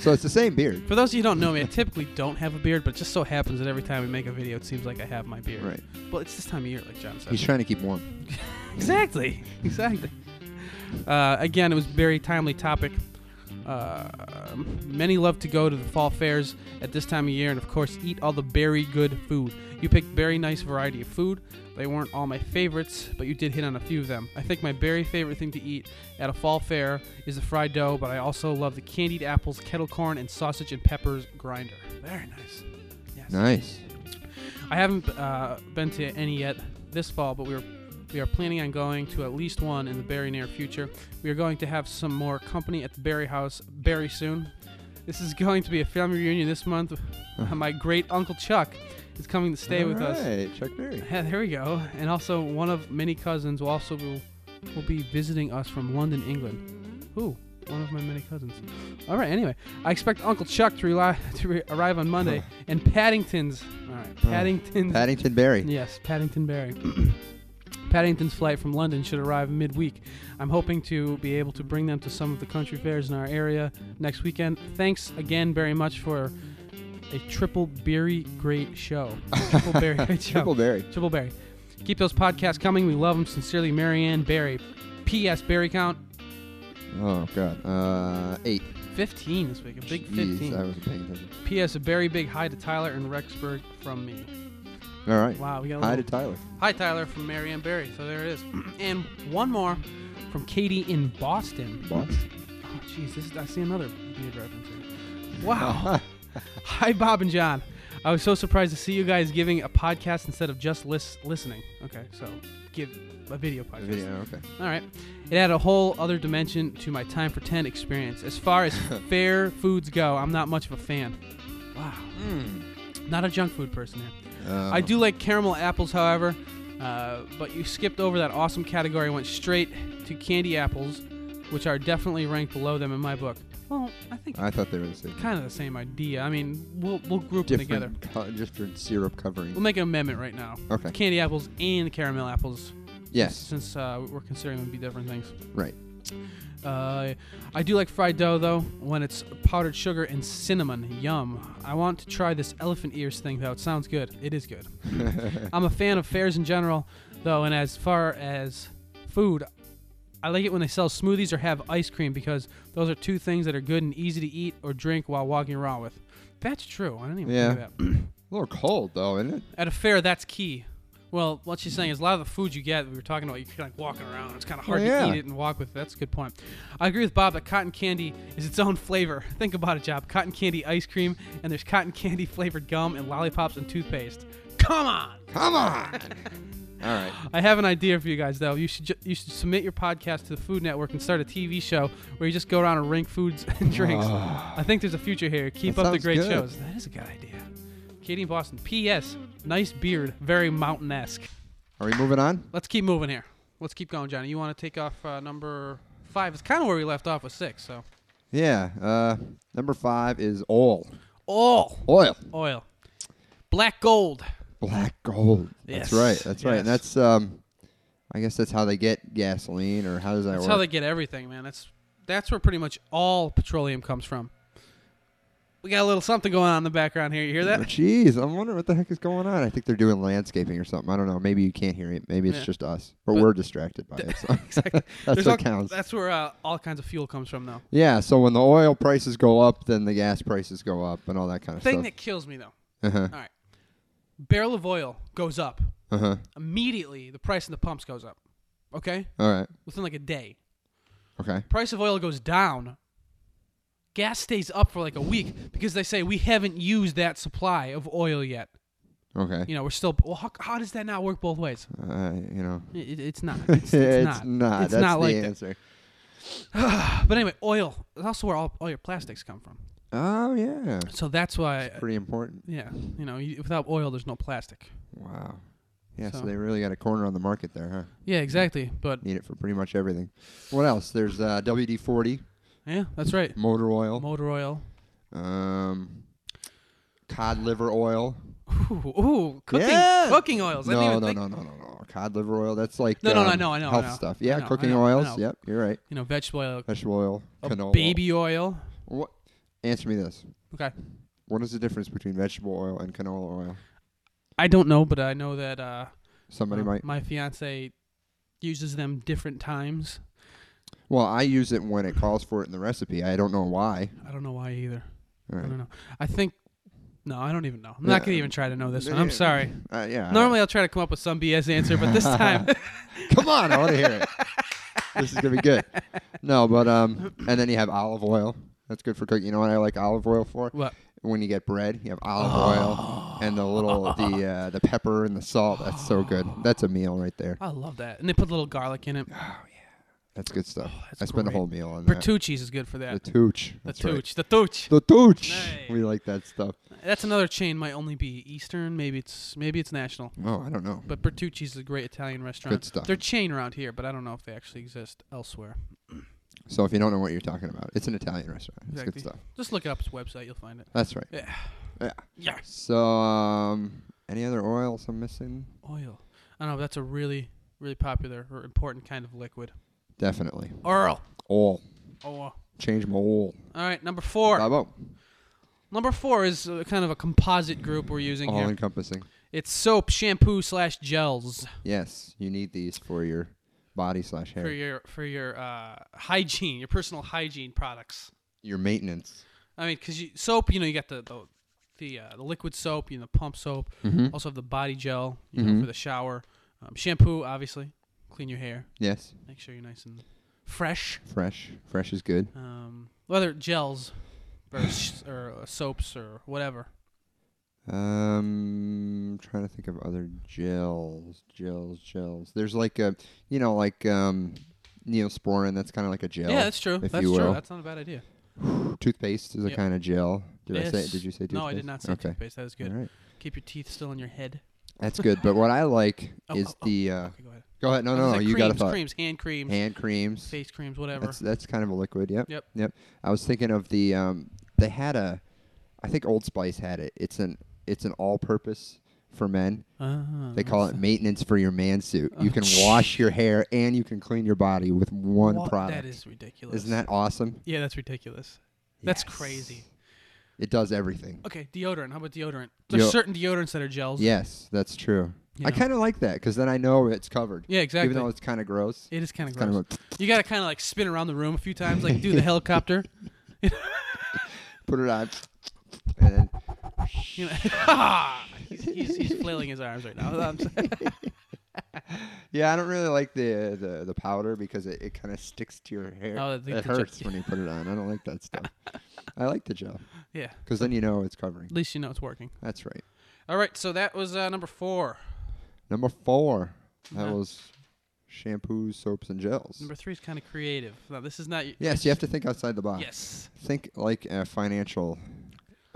S1: So it's the same beard.
S2: For those of you who don't know me, I typically don't have a beard, but it just so happens that every time we make a video, it seems like I have my beard.
S1: Right.
S2: Well, it's this time of year, like John said.
S1: He's trying to keep warm.
S2: Exactly. Exactly. Uh, again, it was a very timely topic. Uh, many love to go to the fall fairs at this time of year, and of course, eat all the berry good food. You picked very nice variety of food. They weren't all my favorites, but you did hit on a few of them. I think my berry favorite thing to eat at a fall fair is the fried dough, but I also love the candied apples, kettle corn, and sausage and peppers grinder. Very nice. Yes.
S1: Nice.
S2: I haven't uh, been to any yet this fall, but we were we are planning on going to at least one in the very near future. We are going to have some more company at the Berry House very soon. This is going to be a family reunion this month. My great uncle Chuck is coming to stay
S1: All
S2: with us.
S1: right, Chuck Berry.
S2: Yeah, there we go. And also one of many cousins will also will, will be visiting us from London, England. Who? One of my many cousins. All right. Anyway, I expect Uncle Chuck to, rely, to re- arrive on Monday, and Paddington's. All right, Paddington's.
S1: Paddington Barry.
S2: Yes, Paddington Barry. Paddington's flight from London should arrive midweek. I'm hoping to be able to bring them to some of the country fairs in our area next weekend. Thanks again very much for a triple berry great show. Triple berry great show.
S1: Triple Barry.
S2: Triple Berry. Keep those podcasts coming. We love them. Sincerely, Marianne Barry. P.S. Berry count
S1: Oh, God. Uh, eight.
S2: 15 this week. A big
S1: Jeez, I
S2: 15.
S1: wasn't paying attention.
S2: P.S. A very big hi to Tyler and Rexburg from me.
S1: All right.
S2: Wow, we got a
S1: Hi to
S2: little-
S1: Tyler.
S2: Hi, Tyler from Marianne Barry. So there it is. and one more from Katie in Boston.
S1: Boss.
S2: Oh, jeez, this is, I see another beard reference here. Wow. Hi, Bob and John. I was so surprised to see you guys giving a podcast instead of just lis- listening. Okay, so give a video podcast.
S1: Video, okay.
S2: All right. It had a whole other dimension to my time for 10 experience. As far as fair foods go, I'm not much of a fan. Wow. Not a junk food person here.
S1: Uh,
S2: Hmm. I do like caramel apples, however, uh, but you skipped over that awesome category and went straight to candy apples, which are definitely ranked below them in my book. Well, I think
S1: I thought they were the same.
S2: kind of the same idea. I mean, we'll, we'll group them together.
S1: Different, co- different syrup
S2: We'll
S1: covering.
S2: make an amendment right now.
S1: Okay.
S2: Candy apples and caramel apples,
S1: Yes.
S2: since uh, we're considering them to be different things.
S1: Right.
S2: Uh, I do like fried dough though, when it's powdered sugar and cinnamon. Yum. I want to try this elephant ears thing though. It sounds good. It is good. I'm a fan of fairs in general though, and as far as food, I like it when they sell smoothies or have ice cream because those are two things that are good and easy to eat or drink while walking around with. That's true. I didn't even think of
S1: Yeah.
S2: that.
S1: A little cold though, isn't it?
S2: At a fair, that's key. Well, what she's saying is a lot of the food you get, we were talking about, you're kind of walking around. It's kind of
S1: Well,
S2: hard
S1: yeah.
S2: to eat it and walk with it. That's a good point. I agree with Bob that cotton candy is its own flavor. Think about it, Job. Cotton candy ice cream, and there's cotton candy flavored gum and lollipops and toothpaste. Come on!
S1: Come on. All right.
S2: I have an idea for you guys, though. You should ju- you should submit your podcast to the Food Network and start a TV show where you just go around and rank foods and drinks. I think there's a future here. Keep
S1: Ah. That
S2: up the
S1: sounds
S2: great
S1: good.
S2: shows. That is a good idea. Katie in Boston. P.S. Nice beard. Very mountain esque.
S1: Are we moving on?
S2: Let's keep moving here. Let's keep going, Johnny. You want to take off uh, number five? It's kind of where we left off with six. So,
S1: Yeah. Uh, number five is oil.
S2: all
S1: Oil.
S2: oil, black gold.
S1: Black gold.
S2: Yes.
S1: That's right. That's right.
S2: Yes.
S1: And that's um, I guess that's how they get gasoline, or how does that
S2: That's
S1: work?
S2: how they get everything, man. That's that's where pretty much all petroleum comes from. We got a little something going on in the background here. You hear
S1: Oh,
S2: that?
S1: Jeez, I'm wondering what the heck is going on. I think they're doing landscaping or something. I don't know. Maybe you can't hear it. Maybe it's
S2: Yeah.
S1: just us, but,
S2: But-
S1: we're distracted by it. So.
S2: Exactly.
S1: that's
S2: There's
S1: what
S2: all-
S1: counts.
S2: That's where uh, all kinds of fuel comes from, though.
S1: yeah. So when the oil prices go up, then the gas prices go up, and all that kind of
S2: Thing
S1: stuff.
S2: that kills me, though.
S1: uh-huh.
S2: All right, barrel of oil goes up
S1: Uh-huh.
S2: immediately. The price in the pumps goes up. Okay,
S1: All right.
S2: within like a day.
S1: Okay.
S2: price of oil goes down, gas stays up for like a week because they say we haven't used that supply of oil yet.
S1: Okay.
S2: You know, we're still. Well, how, how does that not work both ways?
S1: uh, you know.
S2: It, it's not. It's, it's, not. It's
S1: That's
S2: not
S1: the
S2: like that.
S1: answer.
S2: But anyway, oil. That's also where all, all your plastics come from.
S1: Oh yeah.
S2: So that's why.
S1: Pretty important.
S2: Yeah, you know, you, without oil, there's no plastic.
S1: Wow. Yeah, so.
S2: So-
S1: they really got a corner on the market there, huh?
S2: Yeah, exactly. But
S1: Need it for pretty much everything. What else? There's uh, WD-40,
S2: yeah, that's right.
S1: motor oil,
S2: Motor oil.
S1: um, cod liver oil.
S2: Ooh, ooh cooking,
S1: Yeah.
S2: cooking oils. I didn't
S1: No,
S2: even
S1: no,
S2: think,
S1: no, no, no, no. Cod liver oil. That's like
S2: No, no, no, I
S1: um,
S2: know, I know, I
S1: health
S2: know.
S1: stuff.
S2: I
S1: Yeah,
S2: know, I
S1: cooking
S2: know, I
S1: oils.
S2: know.
S1: Yep, you're right.
S2: You know, vegetable oil,
S1: Vegetable oil,
S2: uh,
S1: canola.
S2: baby oil.
S1: What? Answer me this.
S2: Okay.
S1: What is the difference between vegetable oil and canola oil?
S2: I don't know, but I know that uh,
S1: Somebody
S2: uh,
S1: might.
S2: my fiance uses them different times.
S1: Well, I use it when it calls for it in the recipe. I don't know why.
S2: I don't know why either.
S1: All
S2: I
S1: right.
S2: don't know. I think no, I don't even know. I'm
S1: Yeah.
S2: not gonna even try to know this one. I'm
S1: Yeah.
S2: sorry.
S1: Uh, yeah.
S2: Normally I'll try to come up with some BS answer, but this time
S1: Come on, I want to hear it. this is gonna be good. No, but um, and then you have olive oil. That's good for cooking. You know what I like olive oil for?
S2: what?
S1: When you get bread, you have olive
S2: Oh.
S1: oil and the little the uh, the pepper and the salt. That's so good.
S2: Oh.
S1: That's a meal right there.
S2: I love that. And they put a little garlic in it.
S1: That's good stuff.
S2: Oh, that's
S1: I spent
S2: great.
S1: a whole meal on Ah, that.
S2: Bertucci's is good for
S1: The
S2: that.
S1: tooch.
S2: The
S1: That's right.
S2: tooch. The tooch.
S1: The tooch.
S2: Nice.
S1: We like that stuff.
S2: That's another chain. Might only be Eastern. Maybe it's maybe it's national.
S1: Oh, I don't know.
S2: But Bertucci's is a great Italian restaurant.
S1: Good stuff.
S2: They're chain around here, but I don't know if they actually exist elsewhere.
S1: So if you don't know what you're talking about, it's an Italian restaurant. It's
S2: Exactly.
S1: good stuff.
S2: Just look it up its website. You'll find it.
S1: That's right.
S2: Yeah.
S1: Yeah.
S2: Yeah.
S1: So um, any other oils I'm missing?
S2: Oil. I don't know. but That's a really, really popular or important kind of liquid.
S1: Definitely.
S2: Oil.
S1: Oil. uh.
S2: Oh. All
S1: Change my oil.
S2: right. Number four.
S1: Bravo.
S2: Number four is uh, kind of a composite group we're using
S1: All
S2: here.
S1: encompassing.
S2: It's soap, shampoo slash gels
S1: Yes, you need these for your body slash
S2: for
S1: hair.
S2: your for your uh, hygiene, your personal hygiene products.
S1: Your maintenance.
S2: I mean, because you, soap, you know, you got the the the, uh, the liquid soap, you know, the pump soap.
S1: Mm-hmm.
S2: Also have the body gel, you know, for the shower. Um, shampoo, obviously, clean your hair,
S1: Yes,
S2: make sure you're nice and fresh.
S1: fresh. Fresh is good.
S2: um, whether gels or, s- or uh, soaps or whatever.
S1: Um, trying to think of other gels, gels, gels. There's like a, you know, like um, Neosporin. That's kind of like a gel.
S2: Yeah, that's true.
S1: If
S2: That's
S1: you
S2: true.
S1: will.
S2: That's not a bad idea.
S1: Toothpaste is a
S2: Yep.
S1: kind of gel. Did I
S2: Yes.
S1: say? Did you say toothpaste?
S2: No, I did not say
S1: okay.
S2: toothpaste. That was good.
S1: All right.
S2: Keep your teeth still in your head.
S1: That's good. But what I like
S2: Oh,
S1: is
S2: oh, oh.
S1: the. Uh,
S2: Okay, go ahead.
S1: go ahead. No,
S2: I was
S1: no,
S2: gonna
S1: no.
S2: say
S1: You
S2: creams,
S1: got a thought.
S2: creams, hand creams,
S1: Hand creams.
S2: face creams, whatever.
S1: That's that's kind of a liquid. Yep.
S2: Yep.
S1: Yep. I was thinking of the um, they had a, I think Old Spice had it. It's an it's an all-purpose for men.
S2: Ah,
S1: They call it maintenance for your man suit. You
S2: Oh,
S1: can wash your hair and you can clean your body with one
S2: what-
S1: product.
S2: That is ridiculous.
S1: Isn't that awesome?
S2: Yeah, that's ridiculous. That's
S1: Yes.
S2: crazy. Oh,
S1: It does everything.
S2: Okay, deodorant. How about deodorant? There's
S1: Deo-
S2: certain deodorants that are gels.
S1: Yes, that's true.
S2: Yeah.
S1: I kind of like that because then I know it's covered.
S2: Yeah, exactly.
S1: Even though it's kind of gross.
S2: It is kind of
S1: Kind
S2: gross.
S1: of
S2: you gotta kind of like spin around the room a few times, like do the helicopter.
S1: put it on, and then
S2: You know, he's, he's, he's flailing his arms right now. I'm sorry.
S1: Yeah, I don't really like the the, the powder because it, it kind of sticks to your hair.
S2: Oh, I think
S1: it
S2: the gel-
S1: hurts when you put it on. I don't like that stuff. I like the gel
S2: yeah.
S1: because then you know it's covering.
S2: At least you know it's working.
S1: That's right.
S2: All right, so that was uh, number four.
S1: Number four, that
S2: Yeah.
S1: was shampoos, soaps, and gels.
S2: Number three is kind of creative. Now this is not. y-
S1: yes, you have to think outside the box.
S2: Yes.
S1: Think like a financial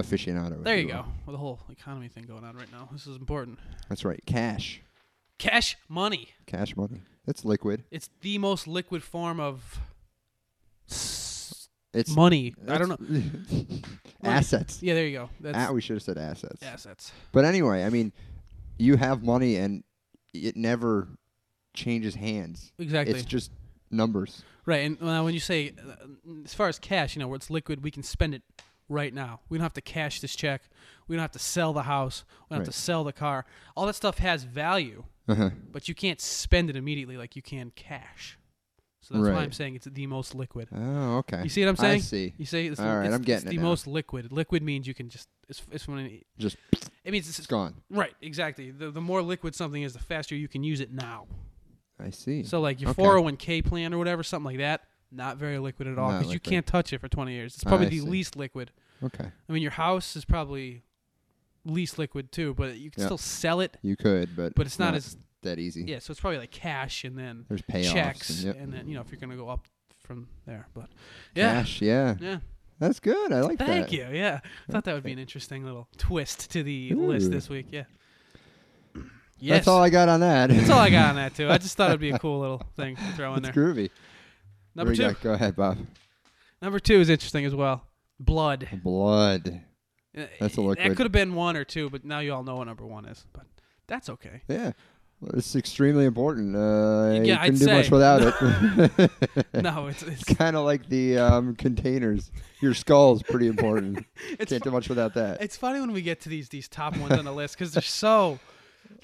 S1: aficionado. if
S2: There you
S1: will.
S2: go. With the whole economy thing going on right now, this is important.
S1: That's right. Cash,
S2: Cash money.
S1: cash money. It's liquid.
S2: It's the most liquid form of s-
S1: It's
S2: money. I don't know.
S1: know. assets.
S2: Yeah, there you go. That's
S1: Ah, we should have said assets.
S2: assets.
S1: But anyway, I mean, you have money and it never changes hands.
S2: Exactly.
S1: It's just numbers.
S2: right. And uh, when you say, uh, as far as cash, you know, where it's liquid, we can spend it right now. We don't have to cash this check. We don't have to sell the house. We don't
S1: Right.
S2: have to sell the car. All that stuff has value,
S1: Uh-huh.
S2: but you can't spend it immediately like you can cash. So that's why I'm
S1: Right.
S2: saying it's the most liquid.
S1: Oh, okay.
S2: You see what I'm saying?
S1: I see.
S2: You say it's,
S1: All right,
S2: it's,
S1: I'm getting
S2: it's
S1: it
S2: the
S1: now.
S2: most liquid. Liquid means you can just it's it's when it,
S1: Just
S2: it means it's,
S1: it's gone.
S2: right exactly. The the more liquid something is, the faster you can use it now.
S1: I see.
S2: So like your
S1: Hmm. Okay.
S2: 401k plan or whatever, something like that, not very liquid at all
S1: Not
S2: because you
S1: liquid.
S2: can't touch it for 20 years. It's
S1: Ah,
S2: probably
S1: I
S2: the
S1: see.
S2: least liquid.
S1: okay.
S2: I mean, your house is probably least liquid too, but you can
S1: Yeah.
S2: still sell it.
S1: You could, but
S2: But it's not as-
S1: that easy.
S2: Yeah, so it's probably like cash and then
S1: There's payoffs.
S2: checks
S1: and, yep.
S2: and then you know if you're gonna go up from there. But yeah,
S1: Cash, yeah.
S2: yeah.
S1: That's good. I like that.
S2: Thank you. Yeah, I thought that would be an interesting little twist to the list
S1: Ooh.
S2: this week. Yeah. Yes.
S1: That's all I got on that.
S2: That's all I got on that too. I just thought it'd be a cool little thing to throw in
S1: it's
S2: there.
S1: groovy. What do
S2: Number
S1: we
S2: two.
S1: got? Go ahead, Bob.
S2: Number two is interesting as well. Blood.
S1: Blood.
S2: Uh,
S1: That's a
S2: That
S1: liquid.
S2: could have been one or two, but now you all know what number one is. But that's okay.
S1: Yeah. Well, it's extremely important. Uh,
S2: Yeah,
S1: you
S2: I'd
S1: couldn't do
S2: say.
S1: much without it.
S2: No, it's it's
S1: it's kind of like the um, containers. Your skull's pretty important.
S2: it's,
S1: Can't do much without that.
S2: it's funny when we get to these these top ones on the list because they're so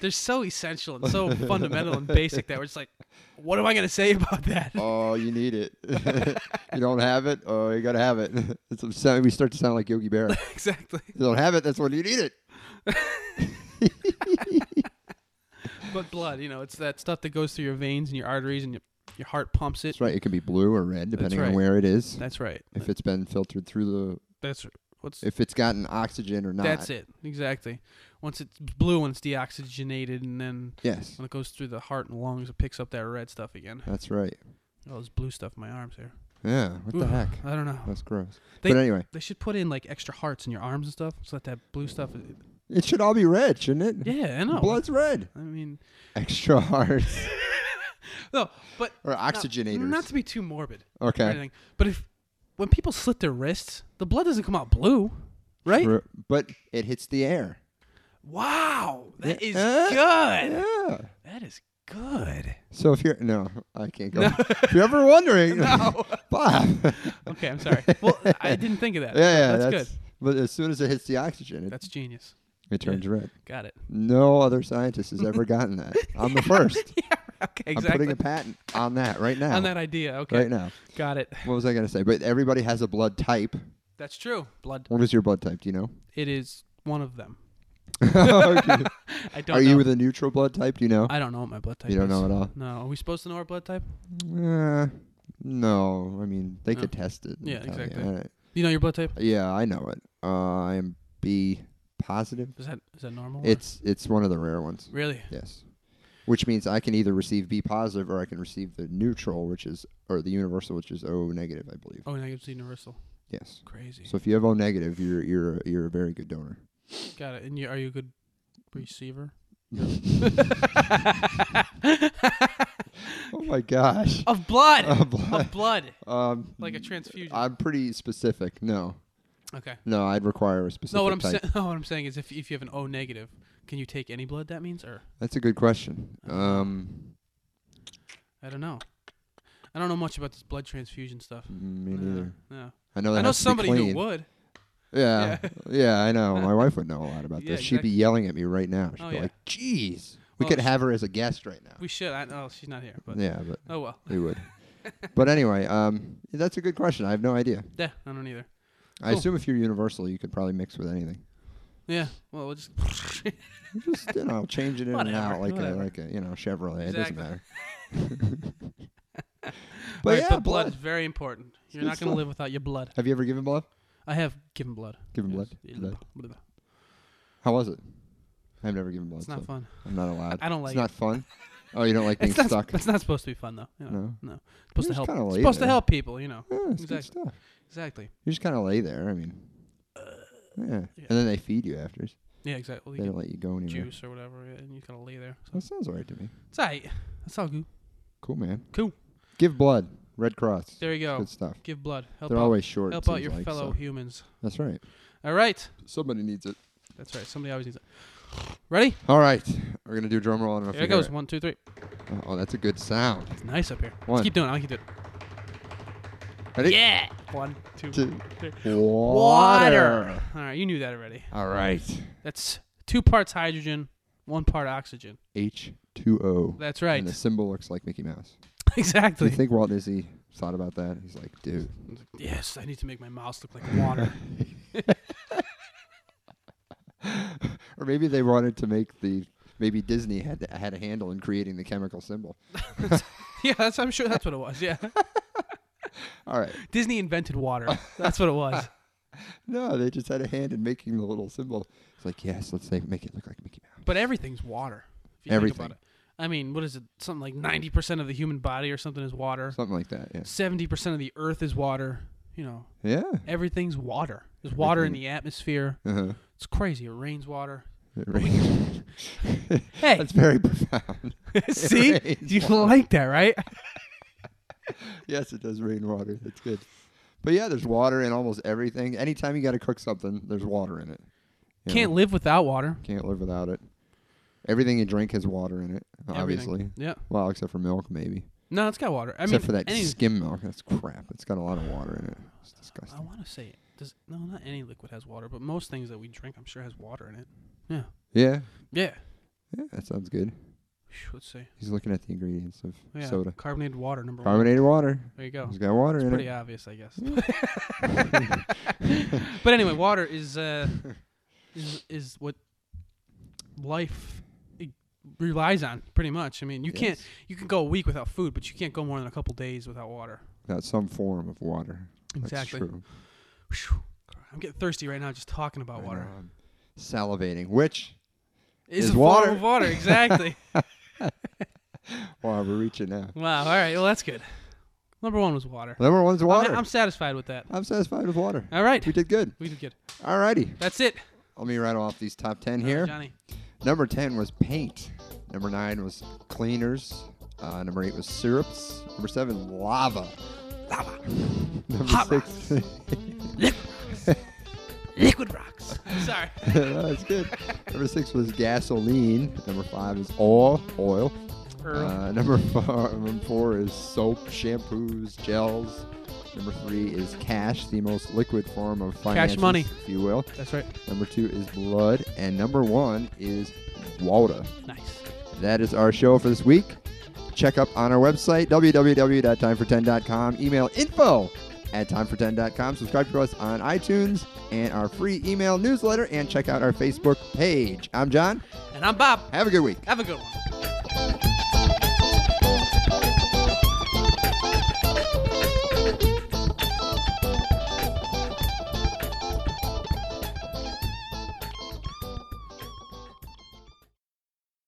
S2: they're so essential and so fundamental and basic that we're just like, what am I gonna say about that?
S1: Oh, you need it. you don't have it. Oh, you gotta have it. It's I'm sound- we start to sound like Yogi Berra.
S2: exactly.
S1: you don't have it. That's when you need it.
S2: But blood, you know, it's that stuff that goes through your veins and your arteries and your your heart pumps it.
S1: That's right. It can be blue or red depending
S2: right.
S1: on where it is.
S2: That's right.
S1: If it's been filtered through
S2: That's what's
S1: the, if it's gotten oxygen or not.
S2: that's it exactly. Once it's blue, when it's deoxygenated, and then
S1: Yes,
S2: when it goes through the heart and lungs, it picks up that red stuff again.
S1: that's right.
S2: All this blue stuff in my arms here.
S1: Yeah. What the
S2: Oof,
S1: heck?
S2: I don't know.
S1: That's gross.
S2: They-
S1: but anyway,
S2: They should put in like extra hearts in your arms and stuff, so that that blue stuff. Is,
S1: it should all be red, shouldn't it?
S2: yeah, I know.
S1: Blood's red.
S2: I mean,
S1: Extra hearts
S2: no, but
S1: or
S2: now,
S1: oxygenators.
S2: Not to be too morbid. Or
S1: okay.
S2: anything, but if when people slit their wrists, the blood doesn't come out blue, right?
S1: Ru- But it hits the air.
S2: Wow, that is
S1: Uh,
S2: good.
S1: Yeah.
S2: That is good.
S1: So if you're no, I can't go. if you're ever wondering,
S2: No.
S1: Bob. yeah,
S2: Okay, I'm sorry. Well, I didn't think of that.
S1: yeah,
S2: that's, good.
S1: But as soon as it hits the oxygen, it,
S2: That's genius.
S1: it turns red.
S2: Got it.
S1: No other scientist has ever gotten that. I'm the first.
S2: Yeah, okay,
S1: I'm putting
S2: exactly.
S1: a patent on that right now.
S2: On that idea. Okay.
S1: right now.
S2: Got it.
S1: What was I gonna say? But everybody has a blood type.
S2: That's true. Blood.
S1: What is your blood type? Do you know?
S2: It is one of them.
S1: Okay.
S2: I don't
S1: Are
S2: know.
S1: you with a neutral blood type? Do you know?
S2: I don't know what my blood type
S1: You don't
S2: is.
S1: know at all?
S2: No. Are we supposed to know our blood type?
S1: Uh, no. I mean, they could test it. and
S2: Oh. Yeah,
S1: tell you.
S2: exactly.
S1: All right.
S2: You know your blood type?
S1: Yeah, I know it. Uh, I am B positive.
S2: Is that is that normal? or-
S1: It's it's one of the rare ones.
S2: really
S1: Yes. Which means I can either receive B positive or I can receive the neutral, which is or the universal, which is O negative, I believe.
S2: oh negative's universal.
S1: Yes.
S2: Crazy.
S1: So if you have O negative, you're you're you're a very good donor.
S2: Got it. And you are you a good receiver?
S1: Oh my gosh.
S2: Of blood.
S1: Of blood.
S2: Of blood.
S1: Um,
S2: Like a transfusion.
S1: I'm pretty specific. No,
S2: okay.
S1: no, I'd require a specific.
S2: No, what I'm
S1: type.
S2: saying. No, what I'm saying is if if you have an O negative, can you take any blood? That means or
S1: That's a good question.
S2: Uh,
S1: Um,
S2: I don't know. I don't know much about this blood transfusion stuff.
S1: me
S2: No,
S1: neither.
S2: no.
S1: I know. That
S2: uh, I know
S1: has to be
S2: somebody who
S1: clean.
S2: would.
S1: Yeah. yeah, I know. My wife would know a lot about
S2: Yeah,
S1: this. She'd be yelling at me right now. She'd
S2: Oh,
S1: be
S2: yeah.
S1: like, "Jeez, we
S2: Well,
S1: could
S2: sh-
S1: have her as a guest right now."
S2: We should. I, oh, she's not here. But
S1: yeah, but
S2: oh well.
S1: we would. but anyway, um, that's a good question. I have no idea.
S2: Yeah, I don't either.
S1: I
S2: Cool.
S1: assume if you're universal, you could probably mix with anything.
S2: Yeah. Well, we'll just
S1: Just you know, change it in and
S2: Whatever,
S1: out like
S2: whatever.
S1: a like a you know Chevrolet. It doesn't
S2: Exactly.
S1: matter. but
S2: Right,
S1: yeah,
S2: but blood's
S1: blood.
S2: very important. You're
S1: good
S2: not going to
S1: stuff.
S2: live without your blood.
S1: Have you ever given blood?
S2: I have given blood.
S1: Given
S2: Yes.
S1: blood? Blood.
S2: Blood.
S1: How was it? I've never given blood.
S2: It's not
S1: so
S2: fun.
S1: I'm not allowed.
S2: I don't
S1: It's
S2: like
S1: not fun. Oh, you don't like being
S2: It's not,
S1: stuck.
S2: it's not supposed to be fun though. You know,
S1: No?
S2: no, It's supposed
S1: just
S2: to
S1: kinda
S2: help. It's
S1: lay
S2: supposed to
S1: there.
S2: help people. You know,
S1: Yeah, it's good
S2: Exactly.
S1: stuff.
S2: exactly.
S1: You just kind of lay there. I mean, yeah. And then they feed you after.
S2: Yeah, exactly.
S1: They
S2: You
S1: don't let you go
S2: get
S1: anywhere.
S2: juice or whatever, yeah, and you kind of lay there. So
S1: That sounds alright to me.
S2: it's alright. That's all good.
S1: Cool, man.
S2: Cool.
S1: Give blood. Red Cross.
S2: There you go.
S1: Good stuff.
S2: Give blood. Help
S1: They're
S2: out.
S1: always short. it
S2: help out
S1: seems
S2: your
S1: like,
S2: fellow
S1: so-
S2: humans.
S1: That's right.
S2: All right.
S1: Somebody needs it.
S2: That's right. Somebody always needs it. Ready?
S1: All right. We're gonna do a drum roll. I don't know if
S2: Here it
S1: you hear
S2: goes. One, two, three.
S1: Oh, that's a good sound.
S2: It's nice up here.
S1: One.
S2: Let's keep doing. it. I'll keep doing. it.
S1: Ready?
S2: Yeah. One, two,
S1: Two.
S2: three.
S1: Water.
S2: All right. You knew that already.
S1: All right.
S2: That's two parts hydrogen, one part oxygen.
S1: H two O.
S2: That's right.
S1: And the symbol looks like Mickey Mouse. Do
S2: exactly.
S1: you think Walt Disney thought about that? He's like, dude.
S2: Yes, I need to make my mouse look like water.
S1: Or maybe they wanted to make the. Maybe Disney had had a handle in creating the chemical symbol.
S2: yeah, that's, I'm sure that's what it was. Yeah,
S1: All right.
S2: Disney invented water. That's what it was.
S1: No, they just had a hand in making the little symbol. It's like, yes, let's say make it look like Mickey Mouse.
S2: But everything's water. If you Think
S1: Everything.
S2: about it. I mean, what is it? Something like ninety percent of the human body or something is water.
S1: Something like that. Yes.
S2: Seventy percent of the Earth is water. You know,
S1: Yeah.
S2: everything's water. There's water in the atmosphere.
S1: Uh huh.
S2: It's crazy. It rains water. Hey,
S1: That's very profound.
S2: see,
S1: rains
S2: you like that, right?
S1: yes, it does rain water. That's good. But yeah, there's water in almost everything. Anytime you got to cook something, there's water in it. You
S2: Can't
S1: know,
S2: live without water.
S1: can't live without it. Everything you drink has water in it,
S2: Everything.
S1: obviously.
S2: Yeah.
S1: Well, except for milk, maybe.
S2: No, it's got water. I
S1: except
S2: mean,
S1: for that
S2: any-
S1: skim milk. That's crap. It's got a lot of water in it. It's
S2: I
S1: disgusting.
S2: want to say does no, not any liquid has water, but most things that we drink, I'm sure, has water in it. Yeah,
S1: Yeah.
S2: yeah.
S1: Yeah, that sounds good.
S2: Phew, Let's see.
S1: He's looking at the ingredients of
S2: Yeah,
S1: soda.
S2: carbonated water number one.
S1: Carbonated water.
S2: There you go.
S1: It's got water in
S2: Pretty
S1: it.
S2: obvious, I guess. but anyway, water is uh, is is what life i- relies on pretty much. I mean, you can't
S1: Yes.
S2: you can go a week without food, but you can't go more than a couple days without water.
S1: Got some form of water. That's
S2: Exactly.
S1: true.
S2: Phew. I'm getting thirsty right now just talking about
S1: I
S2: water.
S1: know, I'm Salivating, which
S2: It's
S1: Is
S2: a form
S1: water-
S2: of water, exactly.
S1: wow, oh, we're reaching now.
S2: Wow. All right. Well, that's good. Number one was water.
S1: Number one's water.
S2: I'm, I'm satisfied with that.
S1: I'm satisfied with water.
S2: All right.
S1: We did good.
S2: We did good.
S1: Alrighty.
S2: That's it.
S1: Let me rattle off these top 10 here.
S2: Johnny.
S1: Number 10 was paint. Number 9 was cleaners. Uh, number 8 was syrups. Number 7, lava. Lava. Number 6.
S2: Liquid rocks. Sorry.
S1: That's good. Number 6 was gasoline. Number 5 is oil. Oil.
S2: Earl.
S1: Uh, number four, number four is soap, shampoos, gels. Number three is cash, the most liquid form of finance,
S2: money.
S1: if you will.
S2: that's right.
S1: Number two is blood, and number one is water.
S2: Nice.
S1: That is our show for this week. Check up on our website, www.timefor10.com. Email info at timefor10.com. Subscribe to us on iTunes and our free email newsletter, and check out our Facebook page. I'm John.
S2: And I'm Bob.
S1: Have a good week.
S2: Have a good one.